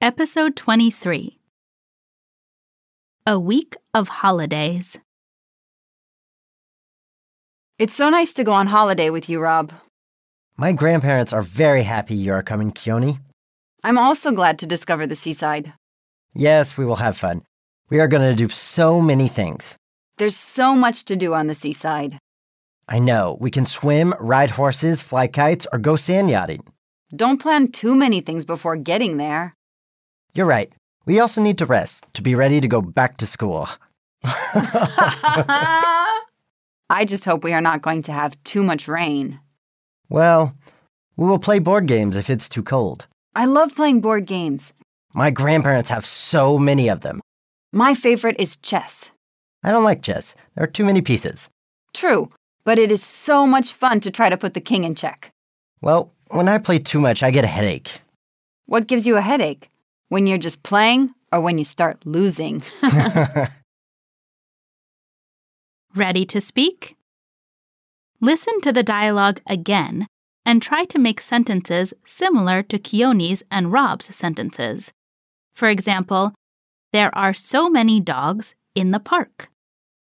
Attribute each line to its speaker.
Speaker 1: Episode 23 A Week of Holidays.
Speaker 2: It's so nice to go on holiday with you, Rob.
Speaker 3: My grandparents are very happy you are coming, Keone.
Speaker 2: I'm also glad to discover the seaside.
Speaker 3: Yes, we will have fun. We are going to do so many things.
Speaker 2: There's so much to do on the seaside.
Speaker 3: I know. We can swim, ride horses, fly kites, or go sand yachting.
Speaker 2: Don't plan too many things before getting there.
Speaker 3: You're right. We also need to rest to be ready to go back to school.
Speaker 2: I just hope we are not going to have too much rain.
Speaker 3: Well, we will play board games if it's too cold.
Speaker 2: I love playing board games.
Speaker 3: My grandparents have so many of them.
Speaker 2: My favorite is chess.
Speaker 3: I don't like chess. There are too many pieces.
Speaker 2: True, but it is so much fun to try to put the king in check.
Speaker 3: Well, when I play too much, I get a headache.
Speaker 2: What gives you a headache? When you're just playing or when you start losing?
Speaker 1: Ready to speak? Listen to the dialogue again and try to make sentences similar to Keone's and Rob's sentences. For example, there are so many dogs in the park.